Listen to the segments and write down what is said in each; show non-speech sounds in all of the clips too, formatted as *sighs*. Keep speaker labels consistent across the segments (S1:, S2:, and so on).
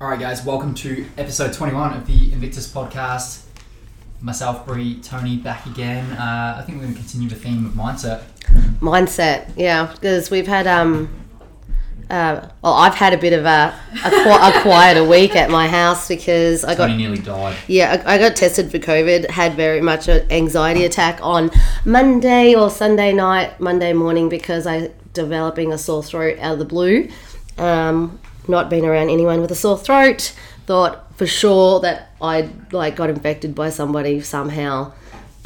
S1: All right, guys, welcome to episode 21 of the Invictus podcast. Myself, Bree, Tony, back again. Uh, I think we're going to continue the theme of mindset.
S2: mindset yeah because we've had um uh, well i've had a bit of a a, qui- a quieter week at my house because i
S1: Tony
S2: got
S1: nearly died.
S2: yeah I, I got tested for covid had very much an anxiety attack on monday or sunday night monday morning because i developing a sore throat out of the blue um not been around anyone with a sore throat thought for sure that i like got infected by somebody somehow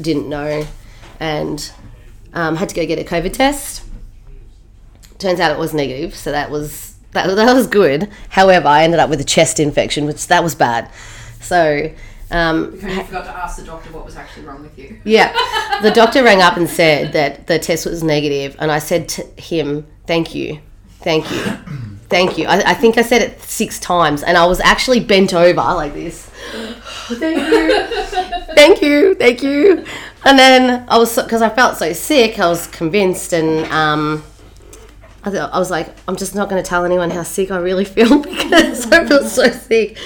S2: didn't know and um, had to go get a COVID test. Turns out it was negative, so that was that, that was good. However, I ended up with a chest infection, which that was bad. So um,
S3: Because you forgot to ask the doctor what was actually wrong with you.
S2: yeah, the doctor rang up and said that the test was negative, and I said to him, "Thank you, thank you, thank you." I, I think I said it six times, and I was actually bent over like this. *sighs* thank you, thank you, thank you. And then I was because I felt so sick, I was convinced, and um, I, th- I was like, "I'm just not going to tell anyone how sick I really feel *laughs* because I feel so sick."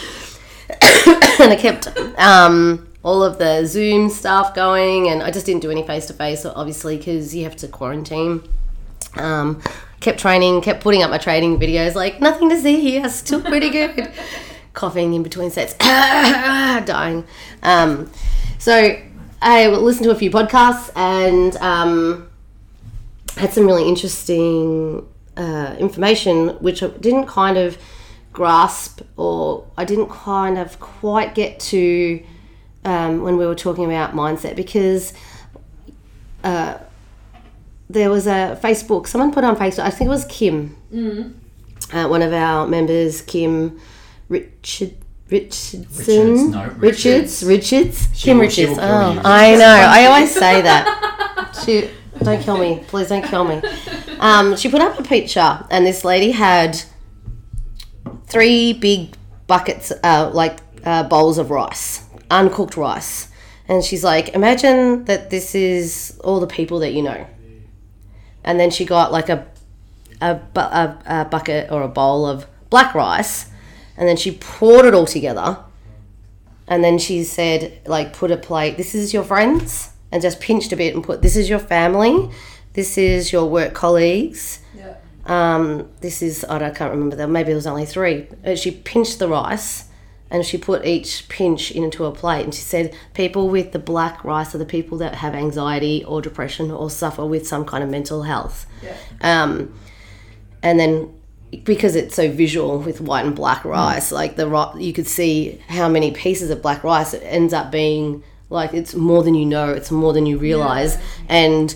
S2: *coughs* and I kept um, all of the Zoom stuff going, and I just didn't do any face to face, obviously, because you have to quarantine. Um, kept training, kept putting up my training videos, like nothing to see here, still pretty good. *laughs* Coughing in between sets, *coughs* dying. Um, so I listened to a few podcasts and um, had some really interesting uh, information, which I didn't kind of grasp or I didn't kind of quite get to um, when we were talking about mindset because uh, there was a Facebook. Someone put on Facebook. I think it was Kim, mm. uh, one of our members, Kim Richard. Richardson,
S1: Richards, no,
S2: Richards,
S1: Richards.
S2: Richards, Kim
S1: will-
S2: Richards.
S1: she will kill
S2: oh,
S1: you.
S2: I know. I always say that. She, don't kill me, please. Don't kill me. Um, she put up a picture, and this lady had three big buckets, uh, like uh, bowls of rice, uncooked rice, and she's like, "Imagine that this is all the people that you know." and then she got like a a, bu- a, a bucket or a bowl of black rice and then she poured it all together and then she said like put a plate this is your friends and just pinched a bit and put this is your family this is your work colleagues
S3: Yeah.
S2: um, this is I, don't, I can't remember that maybe it was only three Uh, she pinched the rice and she put each pinch into a plate and she said people with the black rice are the people that have anxiety or depression or suffer with some kind of mental health
S3: Yeah.
S2: um, and then because it's so visual with white and black rice like the ri- you could see how many pieces of black rice it ends up being like it's more than you know it's more than you realize and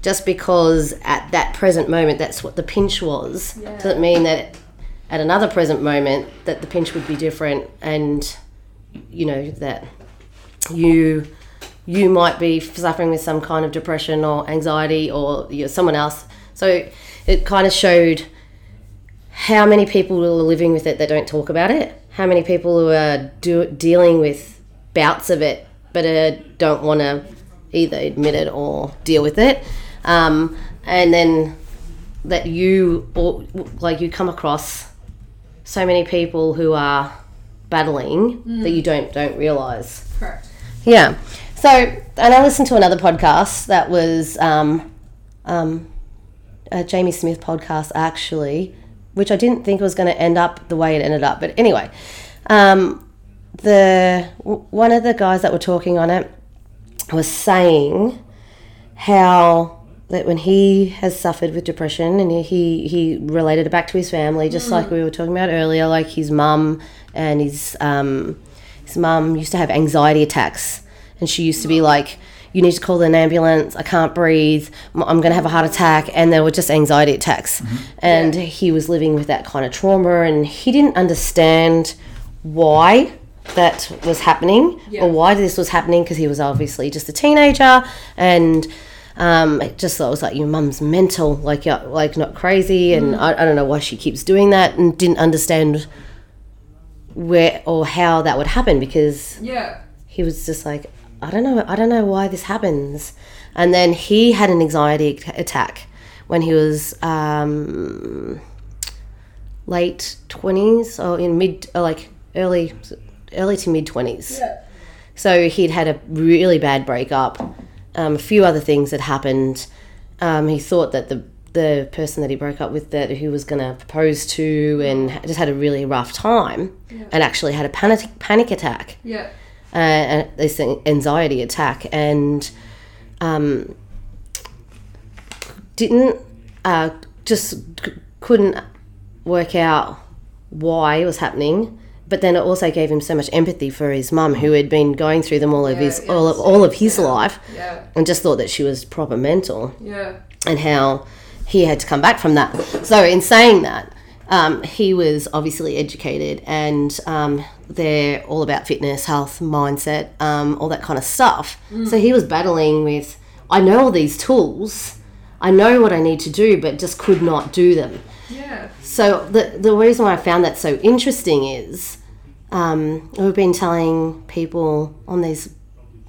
S2: just because at that present moment that's what the pinch was doesn't mean that at another present moment that the pinch would be different and you know that you you might be suffering with some kind of depression or anxiety or you're someone else so it kind of showed how many people are living with it that don't talk about it how many people who are do, dealing with bouts of it but uh, don't want to either admit it or deal with it um, and then that you or like you come across so many people who are battling that you don't don't realize
S3: Correct.
S2: yeah. So, and I listened to another podcast that was um, um, a Jamie Smith podcast, actually, which I didn't think was going to end up the way it ended up. But anyway, um, the w- one of the guys that were talking on it was saying how that when he has suffered with depression and he he related it back to his family, just like we were talking about earlier, like his mum and his um, his mum used to have anxiety attacks, and she used to be like. You need to call an ambulance. I can't breathe. m- I'm going to have a heart attack. And there were just anxiety attacks. And he was living with that kind of trauma and he didn't understand why that was happening
S3: Yeah.
S2: or why this was happening because he was obviously just a teenager and um, it just thought it was like your mum's mental like you're like not crazy and I, I don't know why she keeps doing that and didn't understand where or how that would happen because
S3: Yeah.
S2: he was just like i don't know i don't know why this happens and then he had an anxiety ac- attack when he was um, late 20s or in mid or like early early to mid 20s so he'd had a really bad breakup um, a few other things had happened um, he thought that the the person that he broke up with that who was going to propose to and just had a really rough time and actually had a panic panic attack
S3: Yeah.
S2: uh, and this anxiety attack and um, didn't uh, just c- couldn't work out why it was happening but then it also gave him so much empathy for his mum who had been going through them all of
S3: Yeah,
S2: his
S3: yes,
S2: all of, all of his life
S3: Yeah.
S2: and just thought that she was proper mental
S3: Yeah.
S2: and how he had to come back from that. So, in saying that, um, he was obviously educated, and um, they're all about fitness, health, mindset, um, all that kind of stuff. So, he was battling with I know all these tools, I know what I need to do, but just could not do them.
S3: Yeah.
S2: So the the reason why I found that so interesting is um, we've been telling people on these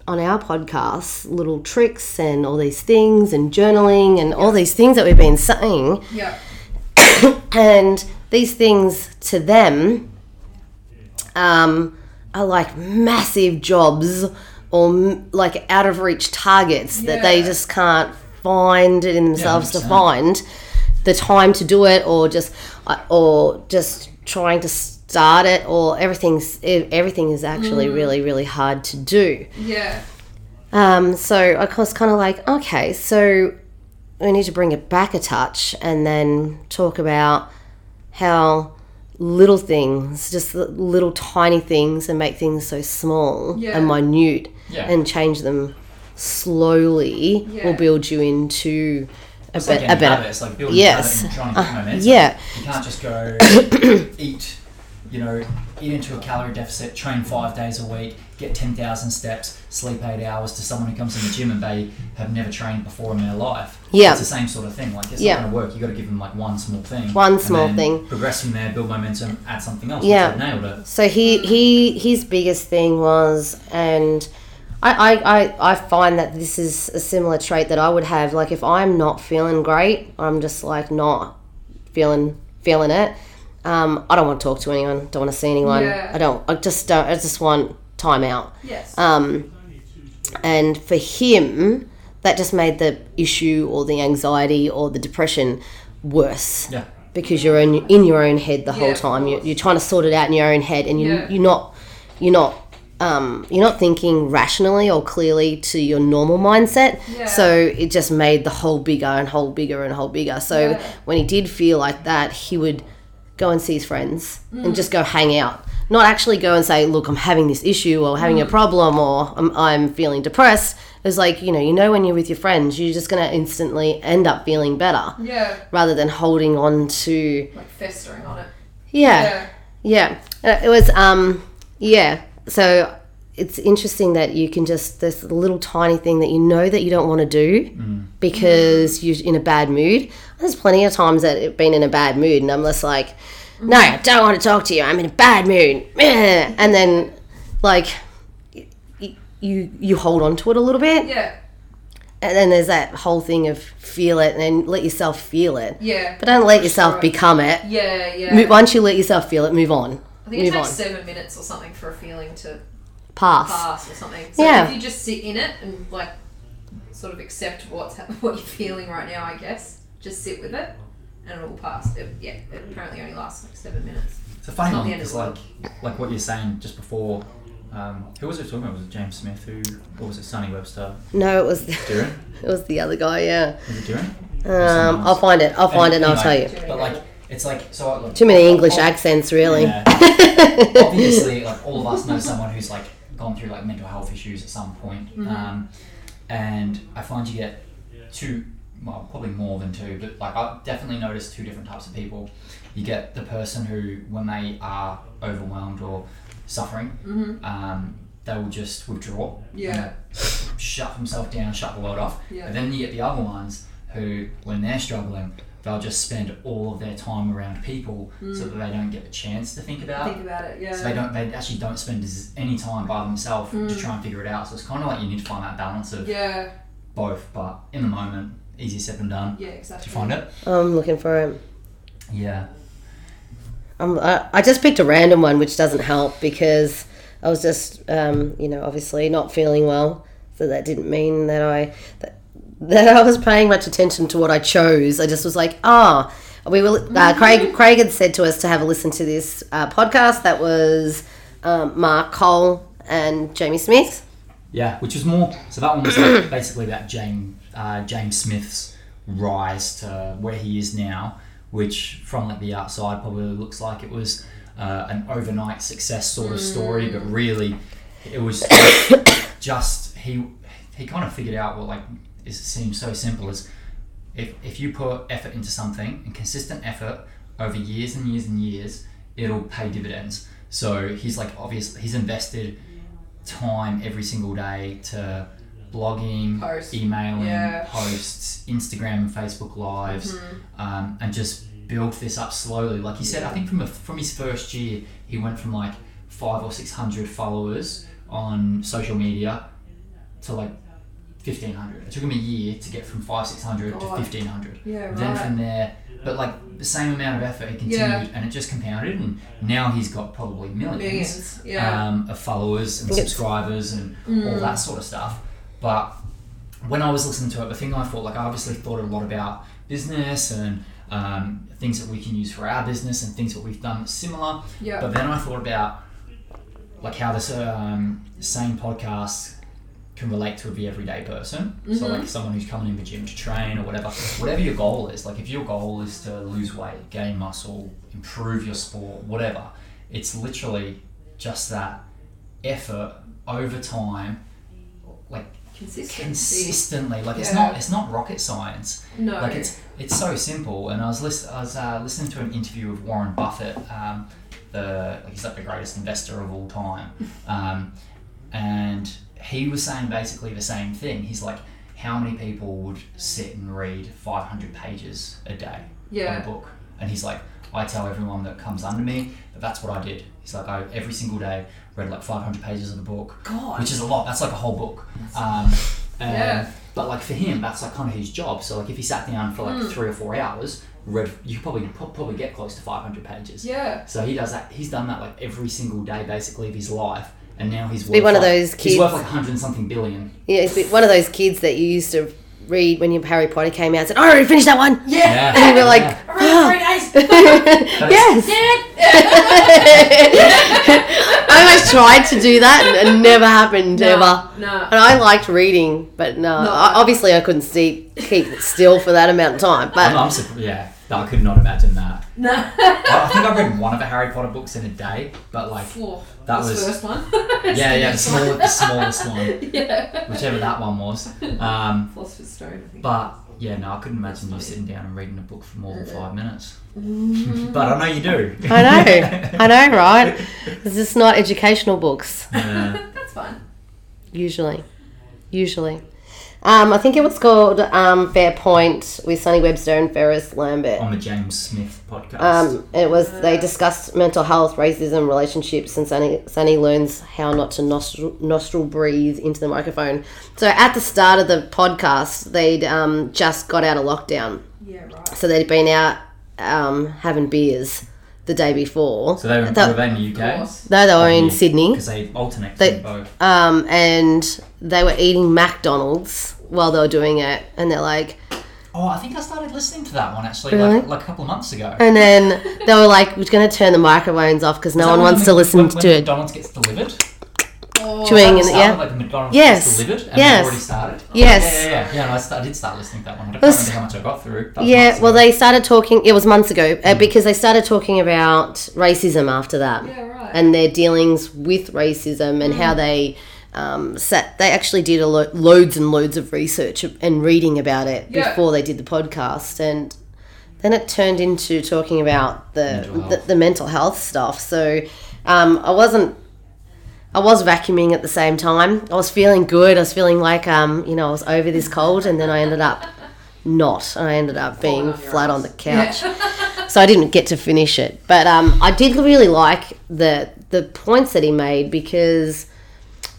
S2: on our podcasts little tricks and all these things and journaling and all these things that we've been saying
S3: Yeah.
S2: and these things to them um, are like massive jobs or m- like out of reach targets that they
S3: Yeah.
S2: just can't find it in themselves to
S1: 100%.
S2: find the time to do it or just uh, or just trying to start it or everything's e, everything is actually really really hard to do
S3: Yeah.
S2: um, so I was kind of like, okay, so we need to bring it back a touch and then talk about how little things, just the little tiny things, and make things so small
S3: Yeah.
S2: and minute
S1: Yeah.
S2: and change them slowly
S3: Yeah.
S2: will build you into a,
S1: It's like
S2: be-
S1: any
S2: a better.
S1: habit, It's like building
S2: Yes.
S1: habit
S2: Uh,
S1: and trying to get momentum.
S2: Yeah,
S1: You can't just
S2: *coughs*
S1: go eat, you know, eat into a calorie deficit, train five days a week, get 10,000 steps, sleep eight hours to someone who comes in the gym and they have never trained before in their life.
S2: Yeah.
S1: It's the same sort of thing. Like, it's
S2: Yeah.
S1: not going to work. you got to give them, like, one small thing.
S2: One
S1: and
S2: small
S1: then
S2: thing.
S1: Progress from there, build momentum, add something else.
S2: Yeah.
S1: Until they've Nailed it.
S2: So he, he his biggest thing was, and I, I, I, I find that this is a similar trait that I would have. Like if I'm not feeling great, I'm just like not feeling feeling it. Um, I don't want to talk to anyone. Don't want to see anyone.
S3: Yeah.
S2: I don't. I just don't. I just want time out.
S3: Yes.
S2: Um, and for him, that just made the issue or the anxiety or the depression worse
S1: Yeah.
S2: because you're in, in your own head the whole
S3: of
S2: time. You're, you're trying to sort it out in your own head, and you,
S3: Yeah.
S2: you're not you're not um, you're not thinking rationally or clearly to your normal mindset.
S3: Yeah.
S2: So it just made the hole bigger and hole bigger and hole bigger. So
S3: Yeah.
S2: when he did feel like that, he would go and see his friends
S3: Mm.
S2: and just go hang out. Not actually go and say, "Look, I'm having this issue or
S3: Mm.
S2: having a problem or I'm, I'm feeling depressed." It was like you know, you know, when you're with your friends, you're just gonna instantly end up feeling better
S3: yeah.
S2: rather than holding on to
S3: Like festering on it.
S2: yeah
S3: Yeah.
S2: yeah, Uh, it was um yeah so it's interesting that you can just this little tiny thing that you know that you don't want to do
S3: Mm.
S2: because you're in a bad mood there's plenty of times that i've been in a bad mood and i'm just like no i
S3: Mm.
S2: don't want to talk to you i'm in a bad mood Meh. and then like y- y- you you hold on to it a little bit
S3: Yeah.
S2: and then there's that whole thing of feel it and then let yourself feel it
S3: Yeah.
S2: but don't let yourself become it
S3: Yeah. Yeah.
S2: Mo- Once you let yourself feel it, move on.
S3: I think it
S2: move
S3: takes
S2: on.
S3: seven minutes or something for a feeling to
S2: Pass.
S3: pass or something. So
S2: Yeah.
S3: if you just sit in it and like sort of accept what's hap- *laughs* what you're feeling right now, I guess just sit with it, and it will pass. It, yeah, it apparently only lasts like seven minutes.
S1: It's a funny
S3: It's not
S1: one
S3: the end of
S1: because,
S3: the
S1: like, like what you're saying just before. Um, who was it talking about? Was it James Smith? Who? Or was it Sonny Webster?
S2: No, it was *laughs* it
S1: Duran?
S2: was the other guy. Yeah.
S1: Was it Duran?
S2: Um, I'll find it. I'll find it and I'll tell you.
S1: But like, it's like so. I- Like,
S2: Too many English
S1: ob-
S2: accents, really. *laughs*
S1: Yeah. Obviously, like all of us know someone who's like gone through like mental health issues at some point,
S3: Mm-hmm.
S1: um, and I find you get two, well, probably more than two, but like I definitely noticed two different types of people. You get the person who, when they are overwhelmed or suffering,
S3: Mm-hmm.
S1: um, they will just withdraw. and
S3: Yeah.
S1: shut themselves down, shut the world off.
S3: Yeah.
S1: And then you get the other ones who, when they're struggling, they'll just spend all of their time around people
S3: Mm.
S1: so that they don't get a chance to think about.
S3: Think about it. Yeah.
S1: so they don't. They actually don't spend as- any time by themselves to try and figure it out. So it's kind of like you need to find that balance of
S3: yeah.
S1: both. But in the moment, easier said than done.
S3: Yeah. Exactly.
S1: Did you find it?
S2: I'm looking for him.
S1: Yeah.
S2: I'm, I, I just picked a random one, which doesn't help because I was just, um, you know, obviously not feeling well. So that didn't mean that I that, that I was paying much attention to what I chose. I just was like, ah, we will.
S1: Mm-hmm.
S2: Uh, Craig Craig had said to us to have a listen to this uh, podcast that was um, Mark Cole and Jamie Smith.
S1: Yeah, which was more. So that one was like *coughs* basically about James uh, James Smith's rise to where he is now, which from like the outside probably looks like it was uh, an overnight success sort of story, but really it was just he he kind of figured out what like is seems so simple is if if you put effort into something and consistent effort over years and years and years, it'll pay dividends. So he's like obviously he's invested time every single day to blogging,
S3: Posts.
S1: emailing,
S3: Yeah.
S1: posts, Instagram and Facebook lives,
S3: Hmm. Mm-hmm.
S1: um, and just built this up slowly. Like he said, I think from a, from his first year, he went from like five or six hundred followers on social media to like fifteen hundred. It took him a year to get from five six hundred to
S3: God.
S1: fifteen hundred.
S3: Yeah,
S1: Then
S3: right.
S1: from there, but like the same amount of effort, he continued,
S3: Yeah.
S1: and it just compounded, and now he's got probably
S3: Millions. Yeah.
S1: um, of followers and
S2: Yes.
S1: subscribers and all that sort of stuff. But when I was listening to it, the thing I thought, like, I obviously thought a lot about business and um, things that we can use for our business and things that we've done that's similar.
S3: Yeah.
S1: But then I thought about like how this um, same podcast can relate to the everyday person. So
S3: Mm-hmm.
S1: like someone who's coming in the gym to train or whatever, whatever your goal is. Like if your goal is to lose weight, gain muscle, improve your sport, whatever, it's literally just that effort over time, like
S3: Consistency.
S1: consistently. Like it's
S3: Yeah.
S1: not it's not rocket science.
S3: no.
S1: Like it's it's so simple. And I was list- I was uh, listening to an interview with Warren Buffett. Um, the he's like the greatest investor of all time,
S3: *laughs*
S1: um, and he was saying basically the same thing. He's like, how many people would sit and read five hundred pages a day? on a
S3: yeah.
S1: book. And he's like, I tell everyone that comes under me that that's what I did. He's like, I every single day read like 500 pages of the book,
S3: God. *laughs*
S1: which is a lot. That's like a whole book. Um, and-
S3: Yeah.
S1: But like for him, that's like kind of his job. So like if he sat down for like
S3: Hmm.
S1: three or four hours, read, you could probably pro- probably get close to 500 pages.
S3: yeah.
S1: So he does that. He's done that like every single day, basically of his life. And now he's worth
S2: Be one of
S1: like-
S2: those
S1: He's worth
S2: kids.
S1: like 100 and something billion.
S2: Yeah, it's like one of those kids that you used to read when your Harry Potter came out. and Said, "Oh, "I already finished that one."
S1: Yeah.
S2: *laughs* And you
S1: *laughs*
S2: were like,
S3: I read it three
S2: "Yes."
S3: days. Dad.
S2: *laughs* I almost tried to do that and it never happened ever.
S3: No.
S1: *laughs*
S2: And I liked reading, but no,
S3: No.
S2: I, obviously I couldn't see, keep still for that amount of time.
S1: I'm,
S2: But
S1: I'm surprised. Yeah. I could not imagine that.
S3: No.
S1: I I think I read one of the Harry Potter books in a day, but like
S3: Four.
S1: that
S3: This
S1: was *laughs*
S3: first one. *laughs*
S1: yeah, yeah, the, small, the smallest one,
S3: yeah.
S1: whichever that one
S3: *laughs*
S1: was. Um,
S3: Philosopher's Stone. I *laughs* think.
S1: but yeah, no, I couldn't imagine you sitting down and reading a book for more than five minutes. but I know you do.
S2: Mm. I
S1: *laughs*
S2: know, I know, right? It's just not educational books
S1: Yeah.
S3: That's fun.
S2: usually, usually. Um, I think it was called um, Fair Point with Sonny Webster and Ferris Lambert.
S1: on the James Smith podcast.
S2: Um, it was they discussed mental health, racism, relationships, and Sunny, Sunny learns how not to nostril, nostril breathe into the microphone. So at the start of the podcast, they'd um, just got out of lockdown,
S3: Yeah. Right.
S2: so they'd been out um, having beers the day before.
S1: so they were,
S2: that-
S1: were they in the
S3: Of
S1: UK
S3: course.
S2: no, they were in
S1: Yeah.
S2: Sydney,
S1: because they alternate
S2: They-
S1: between both.
S2: um, and they were eating McDonald's while they were doing it, and they're like,
S1: Oh, I think I started listening to that one actually,
S2: Really?
S1: like, like a couple of months ago.
S2: and then they were like, we're going to turn the microphones off because no one wants to listen
S1: when,
S2: to
S1: when
S2: it
S1: McDonald's gets delivered.
S3: Oh,
S2: chewing,
S1: It
S2: and
S1: started,
S2: yeah.
S1: Like the McDonald's
S2: Yes.
S1: gets delivered, and
S2: Yes.
S1: they've already started.
S2: Yes.
S1: Yeah, yeah, yeah. yeah no, I, sta- I did start listening to that one. I don't
S2: This-
S1: remember how much I got through. That was months
S2: Yeah, well,
S1: ago.
S2: they started talking. It was months ago uh, because they started talking about racism after that
S3: Yeah. Right.
S2: and their dealings with racism and how they um, sat. They actually did a lo- loads and loads of research and reading about it
S3: Yeah.
S2: before they did the podcast, and then it turned into talking about the
S1: Mental
S2: the,
S1: health.
S2: the mental health stuff. So um, I wasn't. I was vacuuming at the same time. I was feeling good. I was feeling like, um, you know, I was over this cold, and then I ended up not. I ended up being
S3: on your
S2: flat on
S3: ass.
S2: the couch,
S3: *laughs*
S2: so I didn't get to finish it. But um, I did really like the the points that he made because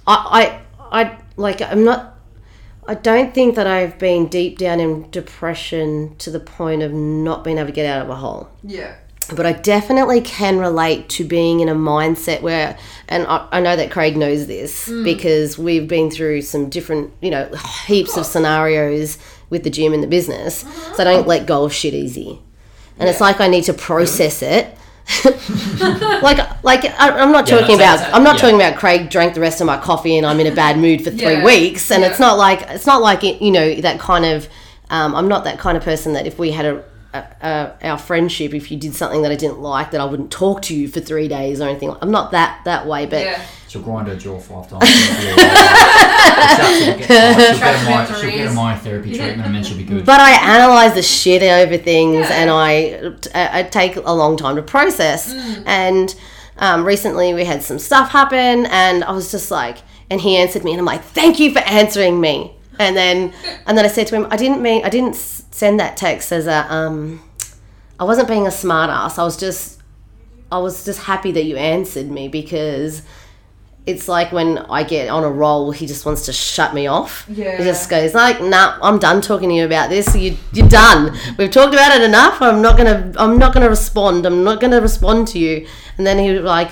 S2: I I, I like I'm not. I don't think that I've been deep down in depression to the point of not being able to get out of a hole.
S3: yeah.
S2: but I definitely can relate to being in a mindset where, and I, I know that Craig knows this
S3: Mm.
S2: because we've been through some different, you know, heaps of scenarios with the gym and the business.
S3: Uh-huh.
S2: So I don't let go of shit easy, and it's like I need to process it. *laughs* like, like I, I'm not
S1: Yeah,
S2: talking
S1: that's-
S2: about. I'm not
S1: yeah.
S2: talking about Craig drank the rest of my coffee and I'm in a bad mood for three
S3: Yeah.
S2: weeks, and
S3: Yeah.
S2: it's not like it's not like it, you know that kind of. Um, I'm not that kind of person that if we had a, a, a our friendship, if you did something that I didn't like, that I wouldn't talk to you for three days or anything. I'm not that that way, but
S3: yeah.
S1: She'll grind her jaw five times. She'll
S2: *laughs*
S1: get- she'll get my- she'll get my therapy treatment and then she'll be good.
S2: But I analyze the shit over things, and I, uh, I I take a long time to process. And um, recently, we had some stuff happen, and I was just like, and he answered me, and I'm like, thank you for answering me. And then, and then I said to him, I didn't mean, I didn't s- send that text as a, um, I wasn't being a smart ass. I was just, I was just happy that you answered me because. It's like when I get on a roll, he just wants to shut me off.
S3: Yeah.
S2: He just goes like, "Nah, I'm done talking to you about this. You, you're done. We've talked about it enough. I'm not gonna, I'm not gonna respond. I'm not gonna respond to you." And then he would like,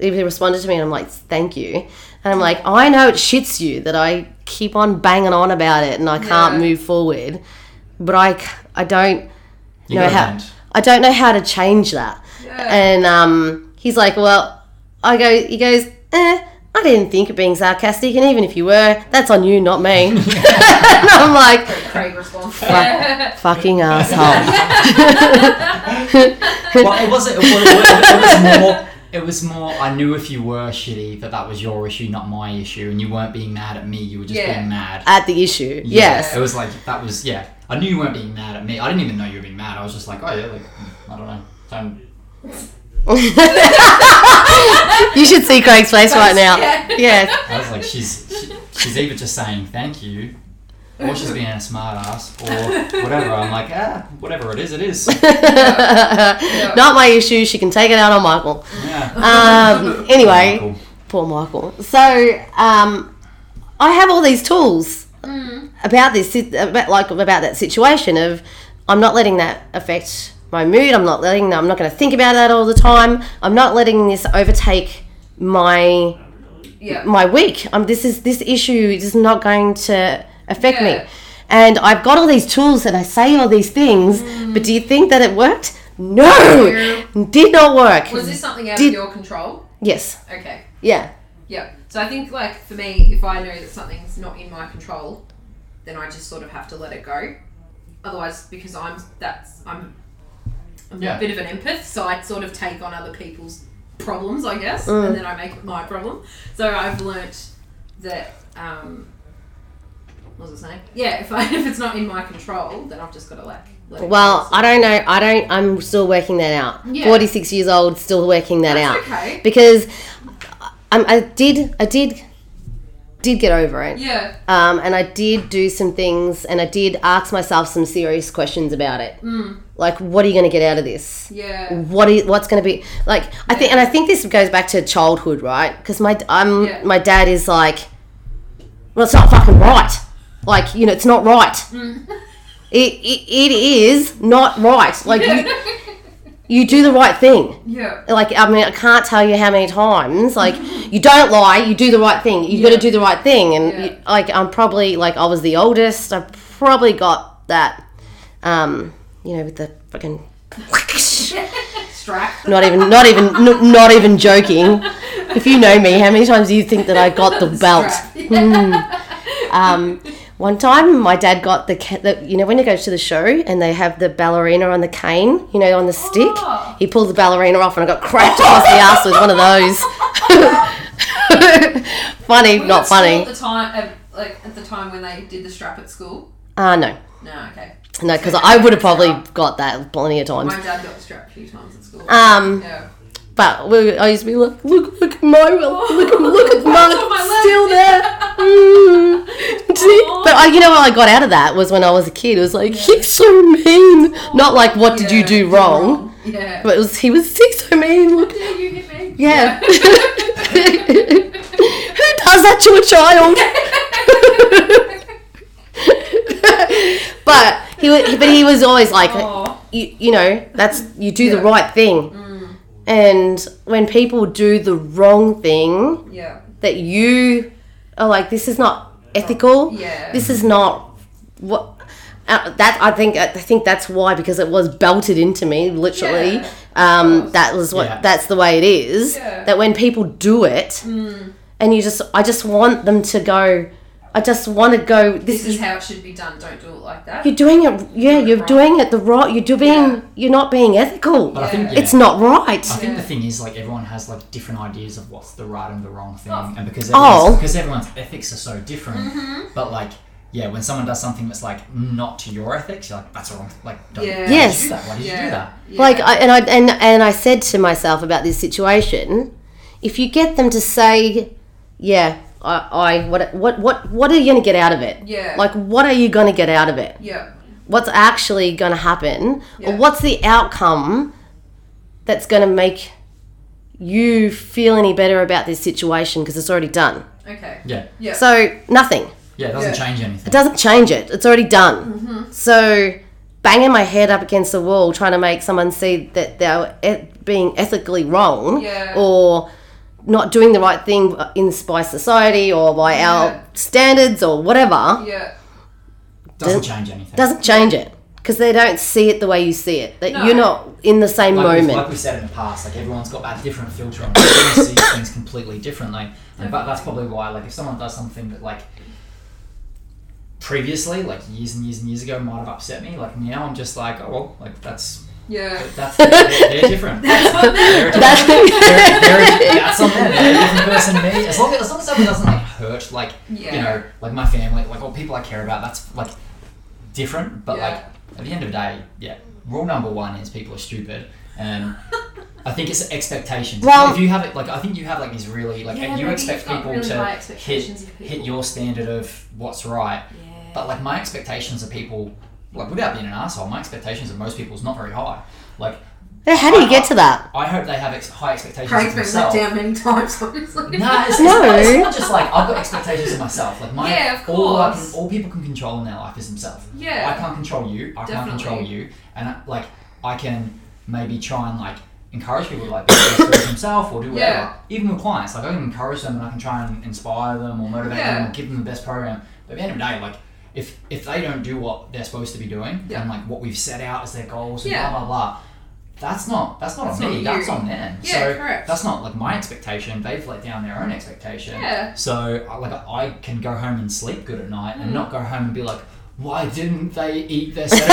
S2: he responded to me, and I'm like, "Thank you." And I'm like, "I know it shits you that I keep on banging on about it, and I can't
S3: Yeah.
S2: move forward, but I, c- I don't
S1: You
S2: know
S1: gotta
S2: how, *laughs*
S1: vent.
S2: I don't know how to change that."
S3: Yeah.
S2: And um, he's like, well, I go, he goes, eh, I didn't think of being sarcastic, and even if you were, that's on you, not me. *laughs* and I'm like,
S3: Craig response. *laughs*
S2: fucking asshole.
S1: *laughs* well, it wasn't. It was, it was more. It was more. I knew if you were shitty, that that was your issue, not my issue, and you weren't being mad at me. You were just
S3: Yeah.
S1: being mad.
S2: At the issue,
S1: Yeah,
S2: yes.
S1: It was like that was yeah. I knew you weren't being mad at me. I didn't even know you were being mad. I was just like, oh yeah, like mm, I don't know. Don't.
S2: *laughs* You should see Craig's face right now.
S3: Yeah.
S2: Yes.
S1: I was like, she's she, she's either just saying thank you, or she's being a smart ass, or whatever. I'm like, ah, whatever it is, it is.
S2: *laughs* Not my issue. She can take it out on Michael.
S1: Yeah.
S2: Um, *laughs* anyway,
S1: Cool.
S2: poor Michael. So um, I have all these tools
S3: Mm.
S2: about this, sit- about, like about that situation of I'm not letting that affect my mood. I'm not letting I'm not going to think about that all the time. I'm not letting this overtake my *laughs*
S3: Yeah.
S2: my week. Um, this is this issue is not going to affect
S3: Yeah.
S2: me. And I've got all these tools and I say all these things, but do you think that it worked? No, did not work.
S3: Was this something out
S2: Did-
S3: of your control?
S2: yes,
S3: Okay.
S2: yeah,
S3: Yeah. So I think like for me, if I know that something's not in my control, then I just sort of have to let it go. Otherwise, because I'm that's I'm, I'm
S1: Yeah.
S3: a bit of an empath, so I sort of take on other people's problems, I guess,
S2: Mm.
S3: and then I make it my problem. So I've learnt that. Um, what was I saying? Yeah, if I, *laughs* if it's not in my control, then I've just got to like. Let it
S2: Well,
S3: go.
S2: I don't know. I don't. I'm still working that out.
S3: Yeah.
S2: 46 years old, still working that
S3: That's
S2: out.
S3: okay.
S2: Because I, I did. I did. Did get over it.
S3: yeah,
S2: Um, and I did do some things, and I did ask myself some serious questions about it. Mm. Like, what are you going to get out of this?
S3: yeah,
S2: what is what's going to be like i think and i think this goes back to childhood right because my i'm
S3: Yeah.
S2: my dad is like well it's not fucking right like you know it's not right
S3: Hmm.
S2: *laughs* it, it it is not right like
S3: *laughs*
S2: you you do the right thing
S3: yeah,
S2: like i mean i can't tell you how many times like you don't lie you do the right thing you've got
S3: Yeah.
S2: to do the right thing and
S3: Yeah.
S2: you, like i'm probably like i was the oldest i probably got that um you know with the fucking *laughs*
S3: strap.
S2: not even, not even, n- not even joking. If you know me, how many times do you think that I got the belt?
S3: Strap.
S2: Um, one time, my dad got the, ca- the, you know, when you go to the show and they have the ballerina on the cane, you know, on the stick.
S3: Oh.
S2: He pulled the ballerina off, and I got cracked across the ass with one of those. *laughs* funny,
S3: We
S2: not
S3: got school
S2: funny.
S3: At the time, at, like at the time when they did the strap at school.
S2: Ah, no,
S3: No, okay.
S2: no, because I would have probably got that plenty of times.
S3: My dad got the strap a few times at school.
S2: Um,
S3: yeah.
S2: But we, I used to be like, look, look at my, look, at- look *laughs* at
S3: What's
S2: Mark,
S3: on my
S2: it's
S3: left?
S2: still there. Mm. *laughs* See? but I, you know what I got out of that was when I was a kid. It was like he's so mean. Not like what did you
S3: Yeah,
S2: do wrong, *laughs*
S3: Yeah.
S2: but it was he was he's so mean. Look,
S3: yeah, you hit me.
S2: yeah. *laughs* Who does that to a child? *laughs* but he, wa- but he was always like,
S3: Oh,
S2: you, you know that's you do the
S3: Yeah. Mm.
S2: right thing and when people do the wrong thing
S3: Yeah.
S2: that you are like this is not ethical
S3: Yeah.
S2: this is not what uh, that I think I think that's why because it was belted into me literally.
S3: Yeah.
S2: Um, that was what
S1: Yeah.
S2: that's the way it is.
S3: Yeah. Mm.
S2: That when people do it, and you just I just want them to go. I just want to go. This,
S3: this is how it should be done. Don't do it like that.
S2: you're doing it. Yeah,
S3: it
S2: you're
S3: wrong.
S2: doing it the right. You're doing.
S3: Yeah.
S2: You're not being ethical.
S1: But I think
S3: Yeah.
S1: yeah,
S2: It's not right.
S1: I think
S3: Yeah.
S1: the thing is, like everyone has like different ideas of what's the right and the wrong thing,
S3: Oh. Mm-hmm.
S1: and because
S2: Oh.
S1: everyone's, because everyone's ethics are so different. But like, yeah, when someone does something that's like not to your ethics, you're like, that's wrong. Like, don't,
S3: Yeah.
S1: why did you
S2: Yes.
S1: do that? Why did
S3: yeah.
S1: you do that?
S3: Yeah.
S2: Like I, and I and and I said to myself about this situation, if you get them to say, yeah, I, I what what what what are you going to get out of it?
S3: Yeah.
S2: Like what are you going to get out of it?
S3: yeah.
S2: What's actually going to happen?
S3: Yeah.
S2: Or what's the outcome that's going to make you feel any better about this situation because it's already done.
S3: Okay.
S1: Yeah,
S3: Yeah.
S2: So nothing.
S1: yeah, it doesn't
S3: Yeah.
S1: change anything.
S2: It doesn't change it. It's already done.
S3: Mm-hmm.
S2: So banging my head up against the wall, trying to make someone see that they're eth- being ethically wrong
S3: Yeah.
S2: or not doing the right thing in by society or by
S3: Yeah.
S2: our standards or whatever
S3: yeah.
S1: Doesn't change anything.
S2: doesn't change it because they don't see it the way you see it. That
S3: No.
S2: you're not in the same
S1: like We,
S2: moment.
S1: like we said in the past, like everyone's got that different filter on. Everyone sees things completely differently, and but that's probably why. Like if someone does something that like previously, like years and years and years ago, might have upset me. Like now, I'm just like, oh well, like that's
S3: Yeah.
S1: *laughs* that's they're, they're different. They're, they're,
S2: That's-
S1: they're-
S3: *laughs*
S1: that's something they're a different person to me. As long as, as long as someone doesn't like hurt, like you
S3: Yeah.
S1: know, like my family, like all people I care about, that's like different. But
S3: Yeah.
S1: like at the end of the day, yeah, rule number one is people are stupid,
S3: *laughs*
S1: and I think it's expectations.
S2: Well-
S1: if you have it, like I think you have like these really like
S3: Yeah,
S1: you
S3: maybe
S1: expect
S3: you've got
S1: people
S3: really
S1: to
S3: high
S1: hit
S3: expectations of people.
S1: hit your standard of what's right, but like my expectations of people, like without being an asshole, my expectations of most people is not very high. Like
S2: How do you get to *laughs* that? *laughs*
S1: I hope they have ex- high expectations of
S3: Craig's been let
S1: themselves.
S3: down many times, obviously.
S1: No, it's, It's,
S2: No.
S1: not, it's not just like I've got expectations of myself. Like my
S3: Yeah, of
S1: all I can,
S3: course.
S1: all people can control in their life is themselves.
S3: Yeah.
S1: I can't control you. I can't control
S3: Definitely.
S1: you, and I, like I can maybe try and like encourage people to like be the best themselves or do whatever.
S3: Yeah.
S1: Even with clients, like I can encourage them and I can try and inspire them or motivate
S3: Yeah.
S1: them or give them the best program. But at the end of the day, like. If, if they don't do what they're supposed to be doing
S3: Yeah.
S1: and like what we've set out as their goals and
S3: Yeah.
S1: blah blah blah, that's not that's not
S3: That's
S1: on
S3: not
S1: me.
S3: you.
S1: That's on them.
S3: Yeah,
S1: so
S3: correct.
S1: that's not like my expectation. They've let down their own expectation.
S3: Yeah. Mm.
S1: So I- like I can go home and sleep good at night and not go home and be like, why didn't they eat
S3: *laughs*
S1: their seven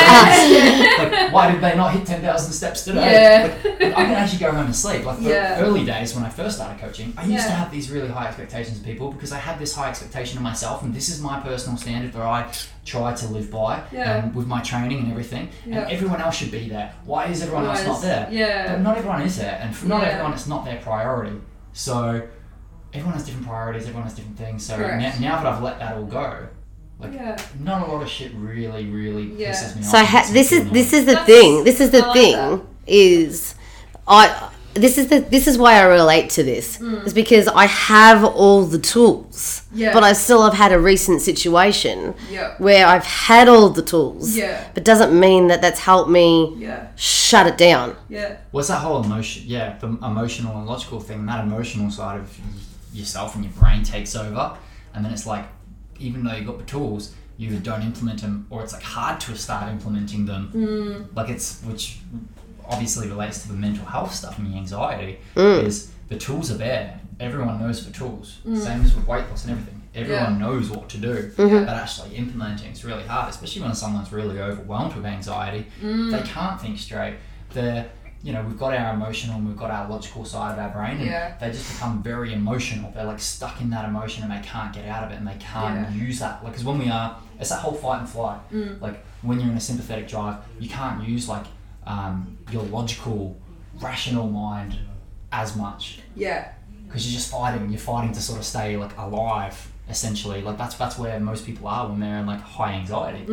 S1: hours? like why did they not hit ten thousand steps
S3: Yeah.
S1: today? Like, I can actually go home and sleep. Like the
S3: Yeah.
S1: early days when I first started coaching, I used to
S3: Yeah.
S1: have these really high expectations of people because I had this high expectation of myself and this is my personal standard that I try to live by
S3: Yeah.
S1: and with my training and everything.
S3: Yeah.
S1: And everyone else should be there. Why is everyone else not
S3: Otherwise-
S1: there? But
S3: Yeah.
S1: Um, not everyone is there, and for not
S3: Yeah.
S1: everyone, it's not their priority. So everyone has different priorities. Everyone has different things. So
S3: Correct.
S1: now, now that I've let that all go, like
S3: Yeah.
S1: not a lot of shit really, really
S3: Yeah.
S1: pisses me off.
S2: So ha- this is this is the
S3: That's-
S2: thing. This is the
S3: I like that.
S2: thing is I this is the this is why I relate to this is because I have all the tools,
S3: Hmm. Yeah.
S2: but I still have had a recent situation
S3: Yeah.
S2: where I've had all the tools,
S3: Yeah.
S2: but doesn't mean that that's helped me
S3: Yeah.
S2: shut it down.
S3: Yeah.
S1: What's that whole emotion? Yeah, the emotional and logical thing. That emotional side of y- yourself and your brain takes over, and then it's like, even though you've got the tools, you either don't implement them, or it's like hard to start implementing them. Like it's which obviously relates to the mental health stuff and the anxiety. Is the tools are there? Everyone knows the tools. Same as with weight loss and everything. Everyone knows what to do, but actually implementing is really hard, especially when someone's really overwhelmed with anxiety. They can't think straight. They're you know, we've got our emotional and we've got our logical side of our brain, and
S3: Yeah.
S1: they just become very emotional. They're like stuck in that emotion and they can't get out of it and they can't
S3: Yeah. Mm.
S1: use that. Like, because when we are, it's that whole fight and flight. Like, when you're in a sympathetic drive, you can't use like um, your logical, rational mind as much
S3: Yeah.
S1: because you're just fighting. You're fighting to sort of stay like alive, essentially. Like, that's that's where most people are when they're in like high anxiety.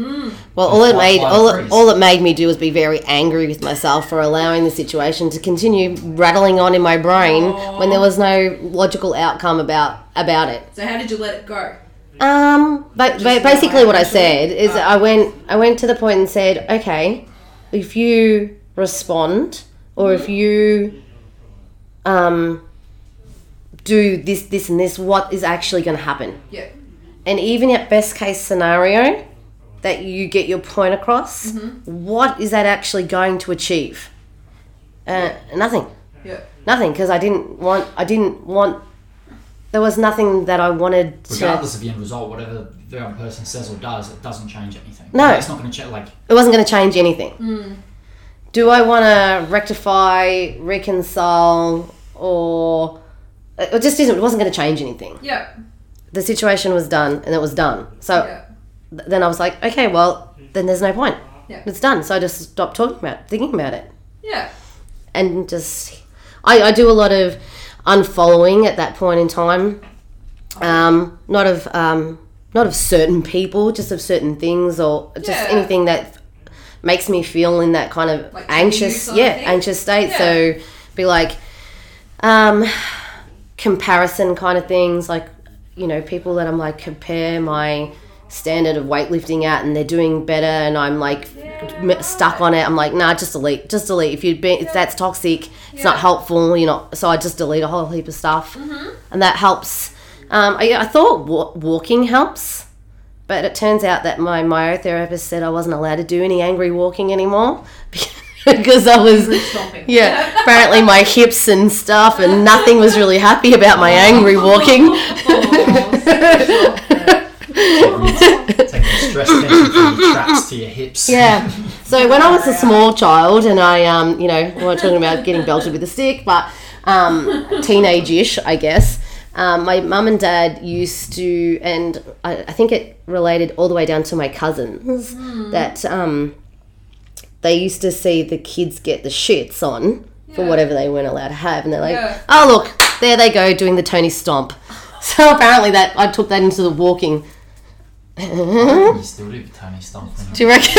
S2: Well, all it
S1: Why-
S2: made
S1: why
S2: all it,
S1: freeze?
S2: all it made me do was be very angry with myself for allowing the situation to continue rattling on in my brain when
S3: Oh.
S2: there was no logical outcome about about it.
S3: So how did you let it go?
S2: Um, but,
S3: Just
S2: but basically,
S3: not
S2: what I
S3: actually-
S2: said is
S3: Oh.
S2: I went I went to the point and said, okay, if you respond or if you um, do this, this, and this, what is actually going to happen?
S3: Yeah.
S2: And even at best case scenario, that you get your point across,
S3: Mm-hmm.
S2: what is that actually going to achieve? Uh, nothing
S3: Yeah.
S2: nothing because I didn't want I didn't want there was nothing that I wanted to
S1: Regardless of the end result, whatever the other person says or does, it doesn't change anything.
S2: No.
S1: Like, it's not going to change. Like
S2: it wasn't going to change anything.
S3: Mm.
S2: Do I want to rectify, reconcile or it it just isn't it wasn't going to change anything.
S3: Yeah.
S2: The situation was done and it was done. So
S3: Yeah.
S2: th- then I was like, okay, well, then there's no point.
S3: Yeah.
S2: It's done. So I just stopped talking about it, thinking about it.
S3: Yeah.
S2: and just I, I do a lot of unfollowing at that point in time um, not of um, not of certain people just of certain things or just
S3: Yeah.
S2: anything that makes me feel in that kind of
S3: Like you
S2: anxious
S3: sort of
S2: yeah
S3: thing?
S2: anxious state
S3: Yeah.
S2: so be like um, comparison kind of things like you know people that I'm like compare my standard of weightlifting at and they're doing better and I'm like m stuck on it I'm like nah just delete just delete if you've been if that's toxic it's not
S3: Yeah. Mm-hmm.
S2: helpful you know so I just delete a whole heap of stuff and that helps um, I, I thought wa- walking helps but it turns out that my myotherapist said I wasn't allowed to do any angry walking anymore *laughs* because I
S3: *laughs*
S2: was
S3: Stomping.
S2: yeah, apparently my hips and stuff, and nothing was really happy about my angry walking. *laughs*
S3: Oh,
S1: taking the stress tension from your traps to your hips.
S2: yeah. So when I was a small child, and I, um, you know, we we're talking about getting belted with a stick, but um, teenage-ish, I guess. Um, my mum and dad used to, and I, I think it related all the way down to my cousins that um, they used to see the kids get the shits on *laughs* for
S3: Yeah.
S2: whatever they weren't allowed to have, and they're like,
S3: Yeah.
S2: "Oh look, there they go doing the Tony Stomp." *laughs* So apparently that I took that into the walking. Mm-hmm.
S1: You still do the Tony
S2: *laughs*
S1: Stump.
S2: Do you reckon?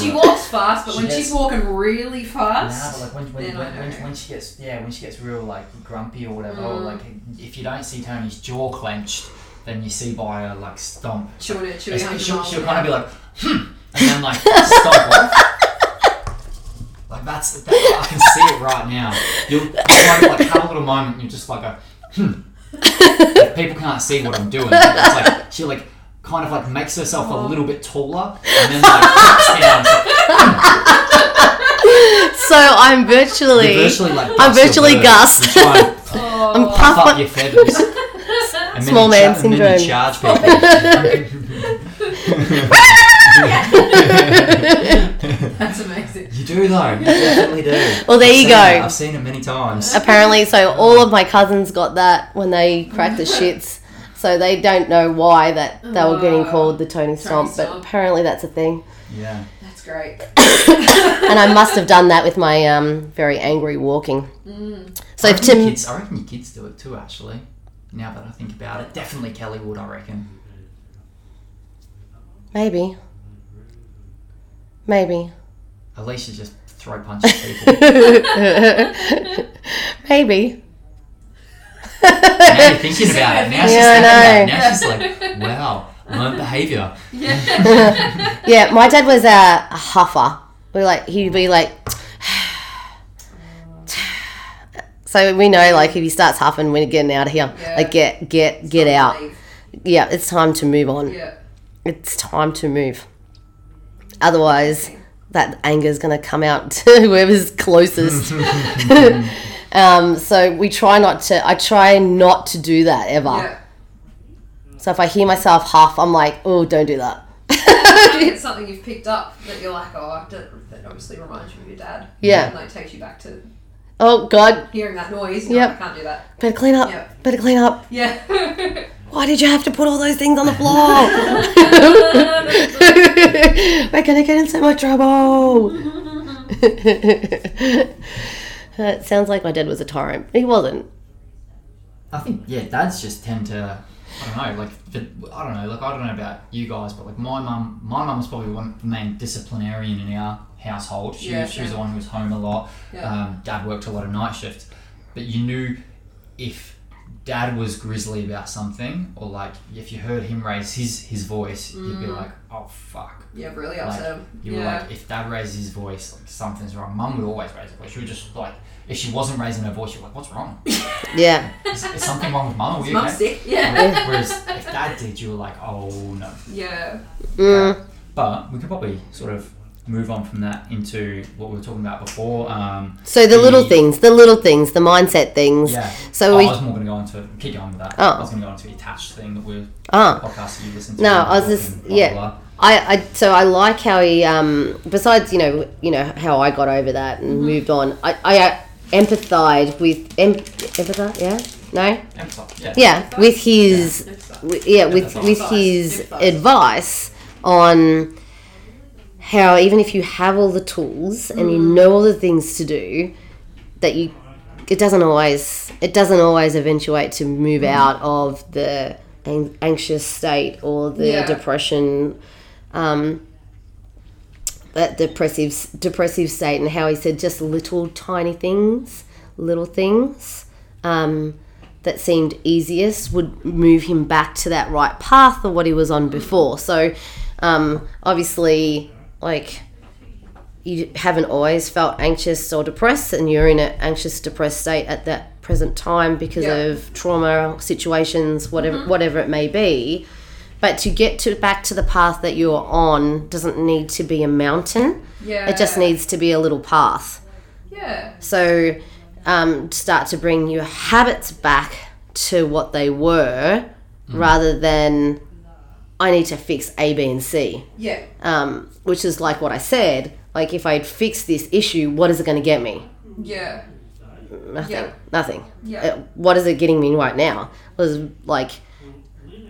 S3: She walks fast, but when
S1: She
S3: she's walking really
S1: Nah,
S3: fast,
S1: but like when, when,
S3: Then I
S1: when, when,
S3: know.
S1: when she gets yeah when she gets real like grumpy or whatever or like if you don't see Tony's jaw clenched then you see by her like stomp
S3: she'll do it. She'll,
S1: It's-
S3: be
S1: she'll,
S3: 100
S1: she'll, kind
S3: miles an
S1: of
S3: hour.
S1: be like hmm and then like stomp off like that's that, I can see it right now you'll you might, like have a little moment and you're just like a hmm If people can't see what I'm doing it's like she like kind of like makes herself a little bit taller and then like drops down
S2: so I'm virtually.
S1: You're virtually like
S2: I'm
S1: Gus the
S2: virtually
S1: Bird.
S2: Gus.
S1: You try
S2: *laughs*
S1: and
S2: I'm
S3: Oh,
S1: puff
S2: puff-
S1: up your feathers. And then
S2: Small
S1: you
S2: man
S1: and then you
S2: syndrome.
S1: charge *laughs*
S2: *laughs*
S1: people.
S3: That's amazing.
S1: you do though.
S2: *laughs*
S1: You definitely do.
S2: Well, there
S1: I've
S2: you
S1: seen
S2: go.
S1: it, I've seen it many times.
S2: Apparently, so all of my cousins got that when they
S3: *laughs*
S2: cracked the shits. So they don't know why that they were getting called the Tony Stomp, but
S3: Oh. Stomp.
S2: apparently that's a thing.
S1: Yeah.
S2: *laughs*
S3: That's great.
S2: And I must have done that with my um, very angry walking.
S3: Mm.
S2: So
S1: I
S2: if
S1: reckon, your
S2: Tim,
S1: kids, I reckon your kids do it too. Actually, now that I think about it, definitely Kelly would. I reckon.
S2: maybe, maybe,
S1: Alicia just throw punches at
S2: *laughs*
S1: people.
S2: maybe. *laughs*
S1: now you're thinking about it. Now she's
S2: Yeah, I
S1: thinking about it. Now she's like, wow, learned behaviour.
S2: Yeah, my dad was a, a huffer. We like he'd be like, *sighs* so we know like if he starts huffing, we're getting out of here.
S3: Yeah.
S2: Like get get get out. Yeah, it's time to move on.
S3: Yeah.
S2: It's time to move. Otherwise, that anger is going to come out *laughs* to whoever's
S3: *laughs*
S2: closest. *laughs* um, so we try not to. I try not to do that ever.
S3: Yeah.
S2: So if I hear myself huff, I'm like, oh, don't do that. *laughs*
S3: It's something you've picked up that you're like, oh, I don't- that obviously reminds you of your dad.
S2: Yeah.
S3: And like takes you back to
S2: oh God,
S3: hearing that noise. Yeah.
S2: Yep.
S3: I can't do that.
S2: better clean up.
S3: Yeah.
S2: Better clean up.
S3: Yeah. *laughs*
S2: Why did you have to put all those things on the floor? We're gonna get in so much trouble. *laughs* it sounds like my dad was a tyrant. He wasn't.
S1: I think yeah, dads just tend to. I don't know, like the- I don't know, like I don't know about you guys, but like my mum, my mum was probably one the main disciplinarian in our household. She,
S3: Yeah,
S1: she was
S3: yeah.
S1: the one who was home a lot.
S3: Yeah.
S1: Um, Dad worked a lot of night shifts, but you knew if dad was grizzly about something, or like if you heard him raise his his voice, you'd be
S3: Mm.
S1: like, oh fuck.
S3: Yeah, really upset him.
S1: You
S3: yeah.
S1: were like, if dad raises his voice, like something's wrong. Mum would always raise her voice. She would just like, if she wasn't raising her voice, you're like, what's wrong?
S2: Yeah.
S1: Is, is something wrong with mum? Are
S3: Is
S1: you
S3: mum
S1: okay?
S3: sick? Yeah.
S1: Whereas if dad did, you were like, oh no.
S3: Yeah.
S2: Mm.
S1: But we could probably sort of move on from that into what we were talking about before. Um,
S2: So the little
S1: The-
S2: things, the little things, the mindset things.
S1: yeah.
S2: So
S1: Oh,
S2: we.
S1: I was more going to go into keep going with that.
S2: Oh.
S1: I was going to go into the attached thing that we're
S2: ah.
S1: podcast that you listen to.
S2: No,
S1: and
S2: I was
S1: blah,
S2: just-
S1: and blah,
S2: yeah.
S1: blah.
S2: I, I so I like how he um besides you know you know how I got over that and moved on I I uh, empathized with em, empathize yeah no
S1: And so- Yeah.
S2: yeah with his
S3: Next up.
S2: wi- yeah with with
S3: Empathize.
S2: his
S3: Empathize.
S2: advice on how even if you have all the tools and you know all the things to do that you it doesn't always it doesn't always eventuate to move out of the an- anxious state or the
S3: Yeah.
S2: depression um that depressive s- depressive state and how he said just little tiny things little things um that seemed easiest would move him back to that right path of what he was on before so um obviously like you haven't always felt anxious or depressed and you're in an anxious depressed state at that present time because
S3: Yeah. Mm-hmm.
S2: of trauma situations whatever whatever it may be but to get to back to the path that you're on doesn't need to be a mountain
S3: Yeah.
S2: it just needs to be a little path
S3: Yeah.
S2: so um, start to bring your habits back to what they were
S3: Mm.
S2: rather than i need to fix a b and c
S3: Yeah.
S2: um, which is like what I said. Like if I'd fixed this issue, what is it going to get me?
S3: Yeah.
S2: Nothing.
S3: Yeah.
S2: Nothing.
S3: Yeah.
S2: Uh, what is it getting me right now? Was like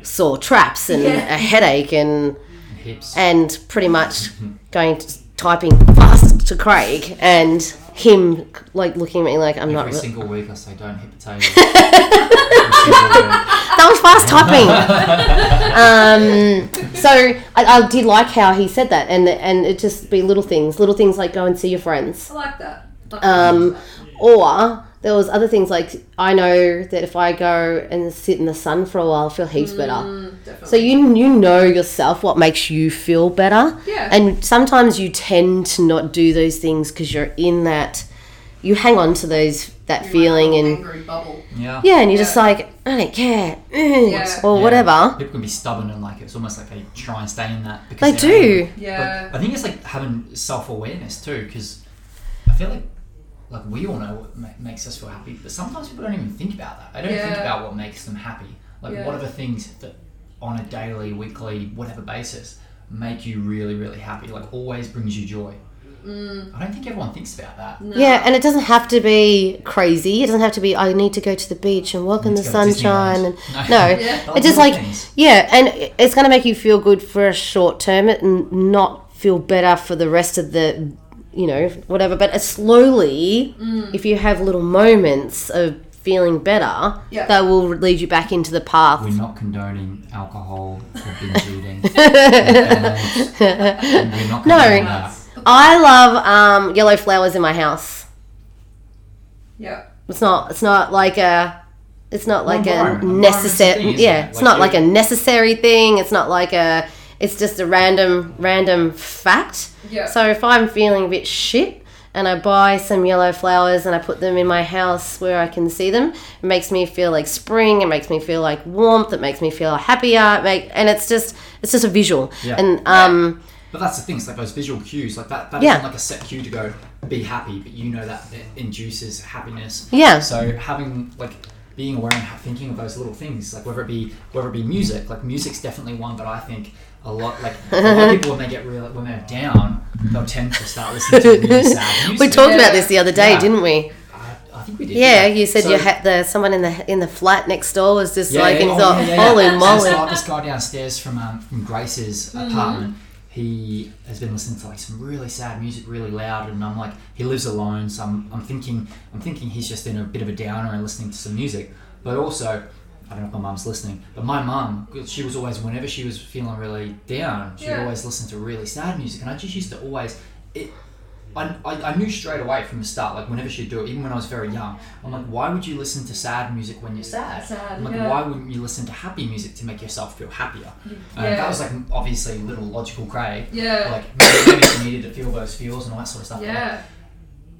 S2: sore traps and
S3: Yeah.
S2: a headache and
S1: Hips.
S2: and pretty much
S3: Mm-hmm.
S2: going to, typing fast to Craig and him like looking at me like I'm not.
S1: Every
S2: re-
S1: single week I say don't hit the
S2: *laughs*
S1: table. Every
S2: that was fast typing.
S1: single week.
S2: um, so I, I did like how he said that, and and it just be little things, little things like go and see your friends.
S3: I like that. Like-
S2: Um, or there was other things like I know that if I go and sit in the sun for a while, I feel heaps better.
S3: Mm, definitely.
S2: So you you know yourself what makes you feel better,
S3: yeah.
S2: and sometimes you tend to not do those things because you're in that you hang on to those that
S3: You're
S2: feeling
S3: like a
S2: and
S3: angry bubble.
S1: yeah.
S2: yeah, and you're just
S3: Yeah.
S2: like I don't care eh,"
S3: Yeah.
S2: or
S1: Yeah.
S2: whatever.
S1: People can be stubborn and like it's almost like they try and stay in that. Because
S2: They
S1: they're angry.
S2: do.
S3: Yeah.
S1: But I think it's like having self awareness too, because I feel like like we all know what ma- makes us feel happy, but sometimes people don't even think about that. They don't think
S3: Yeah.
S1: about what makes them happy. Like
S3: Yeah.
S1: what are the things that on a daily, weekly, whatever basis make you really, really happy? Like always brings you joy.
S3: Mm,
S1: I don't think everyone thinks about that.
S3: no.
S2: Yeah, and it doesn't have to be crazy. It doesn't have to be I need to go to the beach and walk in the
S1: Let's go to
S2: sunshine and
S1: Disneyland. *laughs*
S2: no,
S3: Yeah.
S1: But
S2: It's just
S1: little
S2: like-
S1: things.
S2: Yeah, and it's going to make you feel good for a short term and not feel better for the rest of the, you know, whatever. But it's slowly, if you have little moments of feeling better,
S3: Yeah.
S2: that will lead you back into the
S1: We're
S2: *laughs* path.
S1: not condoning alcohol or binge
S2: *laughs*
S1: eating. McDonald's. We're not
S2: No.
S1: condoning that.
S2: I love um, yellow flowers in my house.
S3: Yeah.
S2: It's not. It's not like a. It's not
S1: Well,
S2: like a
S1: environment- environment's the
S2: necessary.
S1: thing, isn't
S2: yeah,
S1: it?
S2: it's
S1: Like
S2: not
S1: you-
S2: like a necessary thing. It's not like a. It's just a random, random fact.
S3: Yeah.
S2: So if I'm feeling a bit shit and I buy some yellow flowers and I put them in my house where I can see them, it makes me feel like spring. It makes me feel like warmth. It makes me feel happier. It make, and it's just it's just a visual.
S1: Yeah.
S2: And um,
S1: But that's the thing, it's like those visual cues, like that, that
S2: Yeah.
S1: not like a set cue to go be happy, but you know that it induces happiness.
S2: Yeah.
S1: So having like being aware and ha- thinking of those little things, like whether it be whether it be music, like music's definitely one that I think a lot like a lot of people when they get real when they're down, they'll tend to start listening to
S2: *laughs*
S1: really sad music.
S2: we talked about
S3: Yeah.
S2: this the other day,
S1: Yeah.
S2: didn't we?
S1: I, I think we did.
S2: Yeah, you said
S1: So-
S2: you had the someone in the in the flat next door was just like and
S1: oh,
S2: thought,
S1: yeah, yeah,
S2: holy
S1: yeah. So
S2: moly! Mm.
S1: it's like this guy downstairs from um, from Grace's apartment. He has been listening to like some really sad music, really loud, and I'm like, he lives alone, so I'm, I'm thinking, I'm thinking he's just in a bit of a downer and listening to some music. But also, I don't know if my mum's listening, but my mum, she was always whenever she was feeling really down, she would
S3: Yeah.
S1: always listen to really sad music, and I just used to always, it, I, I, I knew straight away from the start, like whenever she'd do it, even when I was very young, I'm like, why would you listen to sad music when you're sad?
S3: Sad,
S1: I'm like,
S3: yeah.
S1: why wouldn't you listen to happy music to make yourself feel happier? Um,
S3: Yeah.
S1: That was like obviously little logical Craig.
S3: Yeah.
S1: Like maybe you needed to feel those feels and all that sort of stuff. but, like,
S3: yeah.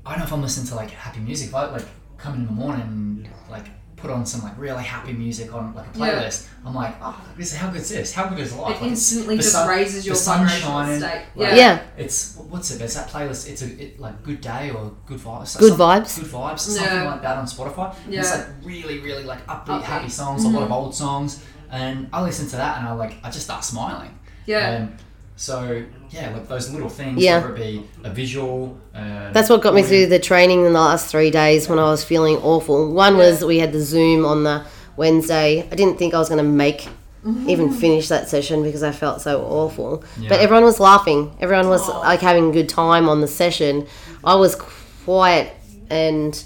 S1: I don't know if I'm listening to like happy music. If I like come in the morning and like put on some like really happy music on like a
S3: Yeah.
S1: playlist, I'm like, oh, this how good is this? How good is life?
S3: It
S1: Like,
S3: instantly
S1: the
S3: just
S1: sun-
S3: raises
S1: the
S3: your
S1: sun
S3: vibrational
S1: shining,
S3: state.
S1: like-
S3: Yeah.
S2: Yeah.
S1: it's what's it? There's that playlist. It's a it, like good day or good vibes.
S2: Good vibes.
S1: Good vibes. Something
S3: Yeah.
S1: like that on Spotify. And It's
S3: Yeah.
S1: like really, really like upbeat,
S3: Upbeat. Mm-hmm.
S1: happy songs. A lot of old songs, and I listen to that and I like I just start smiling.
S3: Yeah.
S1: Um, so yeah, like those little things,
S2: Yeah.
S1: whether it be a visual. Um,
S2: That's what got me
S1: audio-
S2: through the training in the last three days when I was feeling awful. One was we had the Zoom on the Wednesday. I didn't think I was going to make even finish that session because I felt so awful.
S1: Mm-hmm. Yeah. Oh.
S2: But everyone was laughing. Everyone was
S3: Aw.
S2: like having a good time on the session. I was quiet and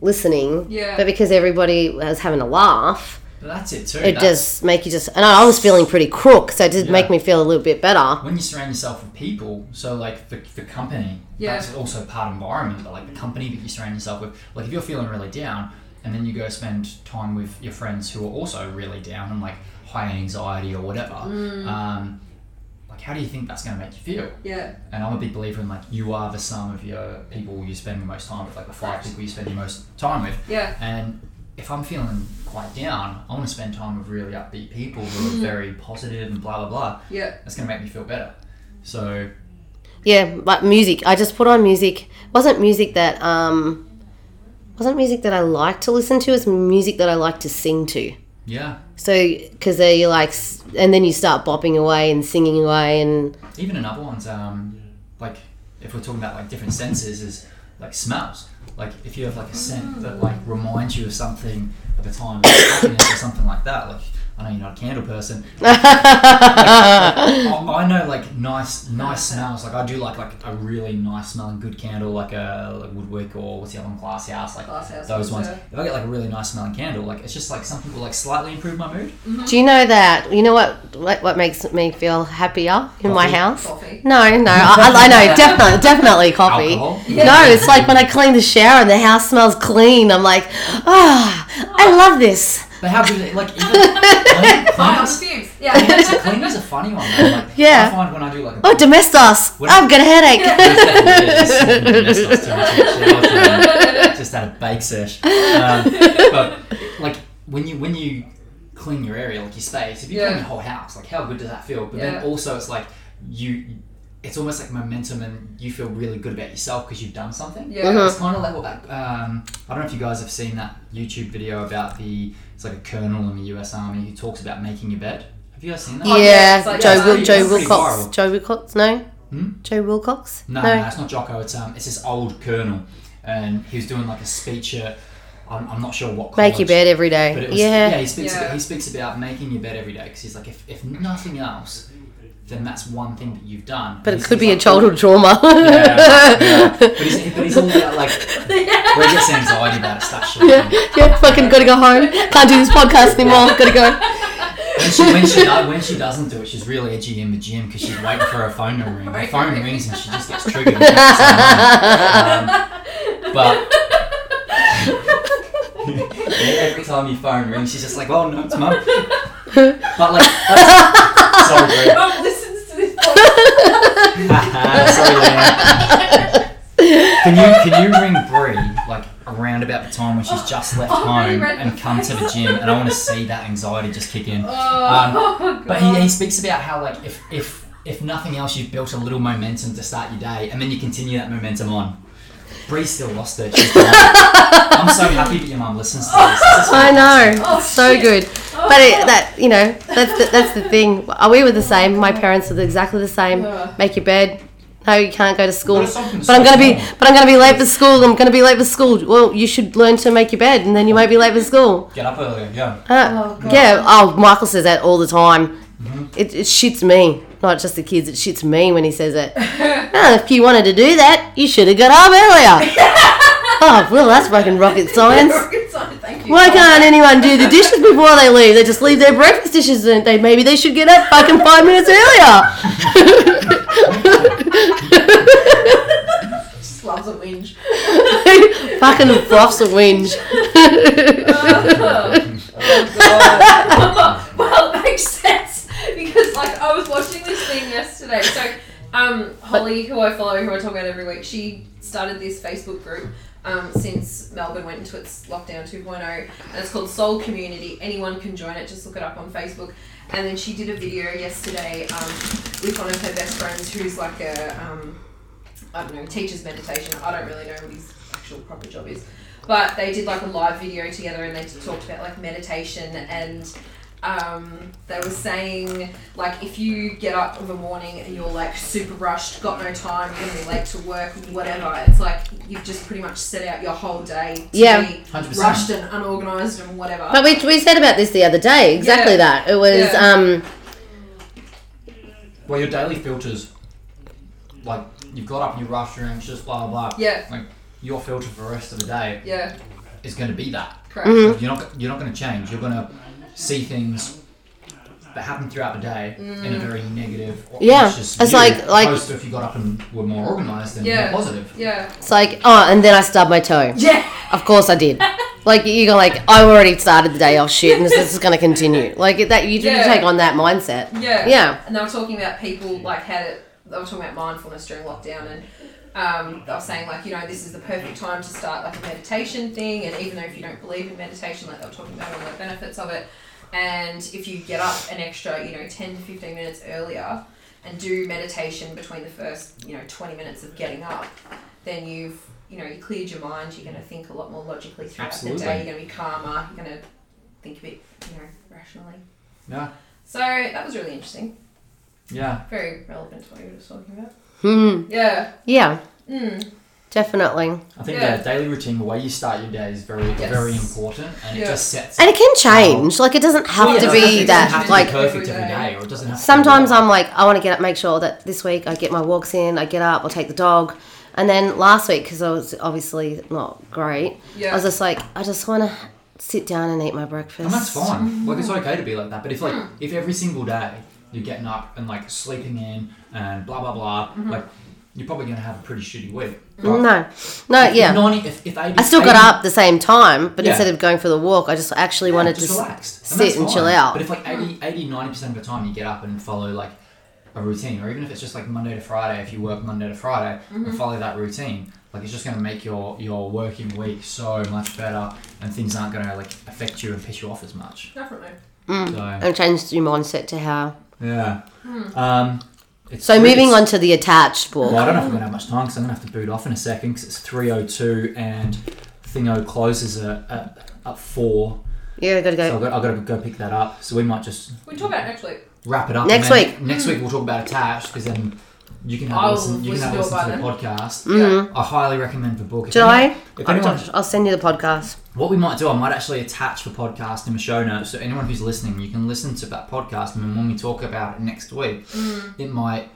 S2: listening.
S3: Yeah.
S2: But because everybody was having a laugh,
S1: But that's it too.
S2: it
S1: that's-
S2: just make you just. And I was feeling pretty crook, so it did
S1: Yeah.
S2: make me feel a little bit better.
S1: when you surround yourself with people, so like the, the company,
S3: Yeah.
S1: that's also part environment, but like the company that you surround yourself with, like if you're feeling really down and then you go spend time with your friends who are also really down and like high anxiety or whatever,
S3: Mm.
S1: um, like how do you think that's going to make you feel?
S3: Yeah.
S1: And I'm a big believer in like you are the sum of your people you spend the most time with, like the five people you spend the most time with.
S3: Yeah.
S1: And if I'm feeling quite down, I want to spend time with really upbeat people who
S3: *laughs*
S1: are very positive and blah blah blah
S3: Yeah.
S1: that's going to make me feel better. So
S2: Yeah, like music. I just put on music. wasn't music that um wasn't music that I like to listen to. It's music that I like to sing to.
S1: yeah,
S2: So because you like, s- and then you start bopping away and singing away, and *laughs*
S1: even another one's um, like if we're talking about like different senses is like smells. Like if you have like a
S2: Mm.
S1: scent that like reminds you of something at the time of happiness or something like that. Like I know you're not a candle
S2: *laughs*
S1: person. I, I know like nice nice smells. Like I do like like a really nice smelling good candle, like a like woodwick or what's the other one, glass house, like
S3: Glass house,
S1: those ones.
S3: yeah.
S1: If I get like a really nice smelling candle, like it's just like some people like slightly improve my mood.
S2: do you know that? You know what? What, what makes me feel happier in my
S1: Coffee? *laughs*
S2: house?
S3: Coffee.
S2: No, no, I, I know definitely, definitely coffee.
S1: Alcohol.
S2: *laughs* No, it's like when I clean the shower and the house smells clean. I'm like, ah, I love this. *laughs*
S1: But how good is it? Like, even clean,
S3: Oh,
S1: *laughs*
S3: I'm
S1: cleaners,
S3: confused. Yeah.
S1: cleaners,
S3: *laughs*
S1: cleaners a funny one. Though. *laughs* Like,
S2: Yeah.
S1: I find when I do like a
S2: Oh, domestos.
S1: What-
S2: I've got a headache. *laughs*
S1: just had a bake *laughs* sesh. Um, but like when you when you clean your area, like your space, if you
S3: Yeah.
S1: clean your whole house, like how good does that feel? But
S3: Yeah.
S1: then also it's like you, it's almost like momentum, and you feel really good about yourself because you've done something.
S3: Yeah. Mhm.
S1: it's kind of like what that. Um, I don't know if you guys have seen that YouTube video about the it's like a colonel in the U.S. Army who talks about making your bed. Have you guys seen that?
S3: Oh, yeah,
S2: yeah,
S3: it's like
S2: Joe,
S3: that.
S2: Wil- Joe
S1: It's pretty
S2: Wilcox.
S1: viral.
S2: Joe Wilcox, no?
S1: Hmm?
S2: Joe Wilcox?
S1: No, no, it's not Jocko. It's um, it's this old colonel, and he was doing like a speech at, I'm, I'm not sure what. College,
S2: Make your bed every day.
S1: But it was,
S2: yeah.
S1: he speaks.
S3: Yeah.
S1: About, he speaks about making your bed every day because he's like, if, if nothing else, then that's one thing that you've done.
S2: But
S1: And
S2: it
S1: he's-
S2: could
S1: he's
S2: be a
S1: like,
S2: childhood trauma.
S1: *laughs* Yeah, yeah. But, he's, but he's all about like, where he gets anxiety about it, stuff shit.
S2: *laughs* yeah, fucking gotta go home. Can't do this podcast anymore. Gotta go.
S1: When she when she, do- when she doesn't do it, she's real edgy in the gym because she's waiting for her phone to ring. Her phone rings and she just gets triggered. And gets on. um, but every time your phone rings, she's just like, "Oh no, it's mum." But like, that's- sorry, Brett.
S3: Mum listens to this. podcast. *laughs*
S1: *laughs* sorry, Leanne.
S2: *laughs*
S1: Can you can you ring Brie like around about the time when she's just left
S3: Oh, I
S1: home
S3: read
S1: and
S3: the
S1: come to the gym? And I want to see that anxiety just kick in.
S3: Oh, God.
S1: Um, But he, he speaks about how like if if if nothing else you've built a little momentum to start your day and then you continue that momentum on. Bree still lost it. She's
S2: *laughs*
S1: gone. I'm so happy that your mum listens to this. This is
S2: I know.
S3: Oh,
S2: it's so
S3: shit. Oh,
S2: good. But it, that, you know, that's the, that's the thing. Are We were the same. My parents were exactly the same.
S3: Yeah.
S2: Make your bed. No, you can't go to school.
S1: But it's something
S2: But
S1: so
S2: I'm gonna be,
S1: small.
S2: but I'm gonna be late for school. I'm gonna be late for school. Well, you should learn to make your bed, and then you won't be late for school.
S1: Get up earlier, yeah.
S2: Uh,
S3: Oh, God.
S2: yeah. Oh, Michael says that all the time. It, it shits me. Not just the kids. It shits me when he says
S3: *laughs*
S2: it. "Oh, if you wanted to do that, you should have got up earlier.
S3: *laughs*
S2: oh, well, that's fucking rocket science.
S3: Good sign, Thank you.
S2: Why can't anyone do the dishes before they leave? They just leave their breakfast dishes and they maybe they should get up fucking five minutes earlier. *laughs*
S1: *laughs*
S2: Fucking bluffs a whinge.
S3: Oh,
S2: *laughs*
S3: God. *laughs* well, it makes sense because like I was watching this thing yesterday. So, um, Holly, who I follow, who I talk about every week, she started this Facebook group. Um, since Melbourne went into its lockdown oh. 2.0, and it's called Soul Community. Anyone can join it. Just look it up on Facebook. And then she did a video yesterday um, with one of her best friends, who's like a um, I don't know, teacher's meditation. I don't really know what his actual proper job is. But they did like a live video together and they talked about like meditation and um, they were saying like if you get up in the morning and you're like super rushed, got no time, you're gonna be late to work, whatever. It's like you've just pretty much set out your whole day to
S2: Yeah.
S3: be
S1: 100%.
S3: rushed and unorganized and whatever.
S2: *laughs* But we, we said about this the other day, exactly
S3: Yeah.
S2: that. It was,
S3: Yeah.
S2: um,
S1: Well, your daily filters, like you've got up and you're rushed, you're anxious, blah blah blah.
S3: Yeah.
S1: Like your filter for the rest of the day
S3: yeah,
S1: is going to be that.
S3: correct.
S2: Mm-hmm.
S1: You're not you're not going to change. You're going to see things that happen throughout the day in a very negative. Or
S2: Mm. Yeah.
S1: anxious
S2: It's
S1: view,
S2: like- like-
S1: opposed to if you got up and were more organised and
S3: Yeah.
S1: more positive.
S3: Yeah.
S2: it's like, oh, and then I stubbed my toe.
S3: Yeah.
S2: Of course I *laughs* did. Like you go like I already started the day off shit and this, this is going to continue. Like it- that you do
S3: Yeah.
S2: take on that mindset.
S3: Yeah.
S2: Yeah.
S3: And they were talking about people like how to, they were talking about mindfulness during lockdown and um, they were saying like you know this is the perfect time to start like a meditation thing and even though if you don't believe in meditation like they were talking about all the benefits of it and if you get up an extra you know 10 to 15 minutes earlier and do meditation between the first you know 20 minutes of getting up then you've you know you cleared your mind you're going to think a lot more logically throughout
S1: Absolutely.
S3: the day you're going to be calmer you're going to think a bit you know rationally
S1: Yeah.
S3: so that was really interesting
S1: Yeah.
S3: very relevant to what you were just talking about.
S2: Hmm.
S3: Yeah.
S2: Yeah.
S3: Mm.
S2: Definitely.
S1: I think
S3: Yeah.
S1: the daily routine, the way you start your day, is very
S3: Yes.
S1: very important, and
S3: Yeah.
S1: it just sets.
S2: And it can change. Like it doesn't have
S1: Yeah,
S2: to
S1: it
S2: be
S1: doesn't
S2: that.
S1: have to be
S2: like
S1: perfect
S3: every
S1: every
S3: day.
S1: day, or it doesn't have. to be
S2: sometimes
S1: well.
S2: I'm like I want to get up, make sure that this week I get my walks in, I get up, I'll take the dog, and then last week because I was obviously not great,
S3: Yeah.
S2: I was just like I just want to sit down and eat my breakfast.
S1: And Oh, that's
S2: Mm-hmm.
S1: fine. Like it's okay to be like that. But if like
S2: Mm.
S1: if every single day you're getting up and like sleeping in and blah blah blah,
S2: Mm-hmm.
S1: like you're probably gonna have a pretty shitty week. But
S2: No, no,
S1: if
S2: yeah.
S1: Ninety. If, if 80,
S2: I still got
S1: 80
S2: up the same time, but
S1: Yeah.
S2: instead of going for the walk, I just actually
S1: yeah,
S2: wanted to
S1: just
S2: s-
S1: relaxed. And
S2: sit
S1: that's
S2: and
S1: fine.
S2: chill out.
S1: But if like 80, 80 90 percent of the time you get up and follow like a routine, or even if it's just like Monday to Friday, if you work Monday to Friday
S2: Mm-hmm.
S1: and follow that routine. Like it's just gonna make your, your working week so much better, and things aren't gonna like affect you and piss you off as much.
S3: Definitely.
S1: So
S2: and changed your mindset to how.
S1: Yeah. Um, it's
S2: Hmm. So
S1: three-
S2: moving
S1: it's-
S2: on to the attached book.
S1: Well, I don't know if we're going to have much time because I'm going to have to boot off in a second because it's 3.02 and Thingo closes at, at, at 4.
S2: Yeah,
S1: So
S2: gotta go.
S1: I've got, I've got to go pick that up. So we might just
S3: We can talk about it next week.
S1: wrap it up. and
S2: Next
S1: then
S2: week.
S1: Next week we'll talk about Attached because then you can have
S3: I'll
S1: a listen, you can
S3: listen
S1: have a
S3: to it
S1: listen
S3: by
S1: to the
S3: then.
S1: podcast.
S3: Yeah.
S1: I highly recommend the book. If
S2: Did
S1: any-
S2: Mm-hmm. I?
S1: If
S2: I'll-
S1: anyone,
S2: I'll send you the podcast.
S1: what we might do, I might actually attach the podcast in the show notes. So anyone who's listening, you can listen to that podcast, and then when we talk about it next week,
S3: Mm.
S1: it might,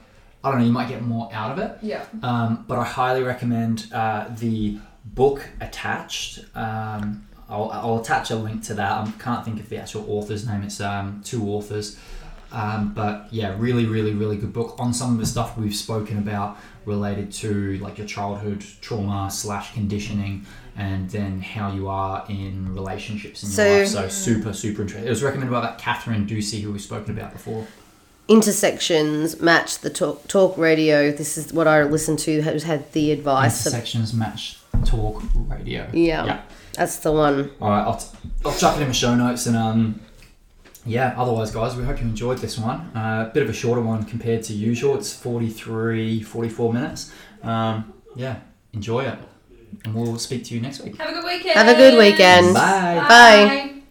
S1: I don't know, you might get more out of it.
S3: Yeah.
S1: Um, but I highly recommend uh, the book attached. Um, I'll, I'll attach a link to that. I can't think of the actual author's name. It's um, two authors. Um, but yeah, really, really, really good book on some of the stuff we've spoken about related to like your childhood trauma slash conditioning, and then how you are in relationships in
S2: So-
S1: your life. So super, super interesting. It was recommended by that Catherine Ducey who we've spoken about before.
S2: Intersections match the talk, talk radio. This is what I listened to. Has had the advice. of-
S1: Intersections match talk radio.
S2: yeah,
S1: Yeah.
S2: that's the one.
S1: All right, I'll, t- I'll chuck it in the show notes and um, yeah. Otherwise, guys, we hope you enjoyed this one. uh, bit of a shorter one compared to usual. It's 43, 44 minutes. Um, yeah, enjoy it, and we'll speak to you next week.
S3: Have a good weekend.
S2: Have a good weekend.
S1: Bye.
S2: Bye.
S3: Bye.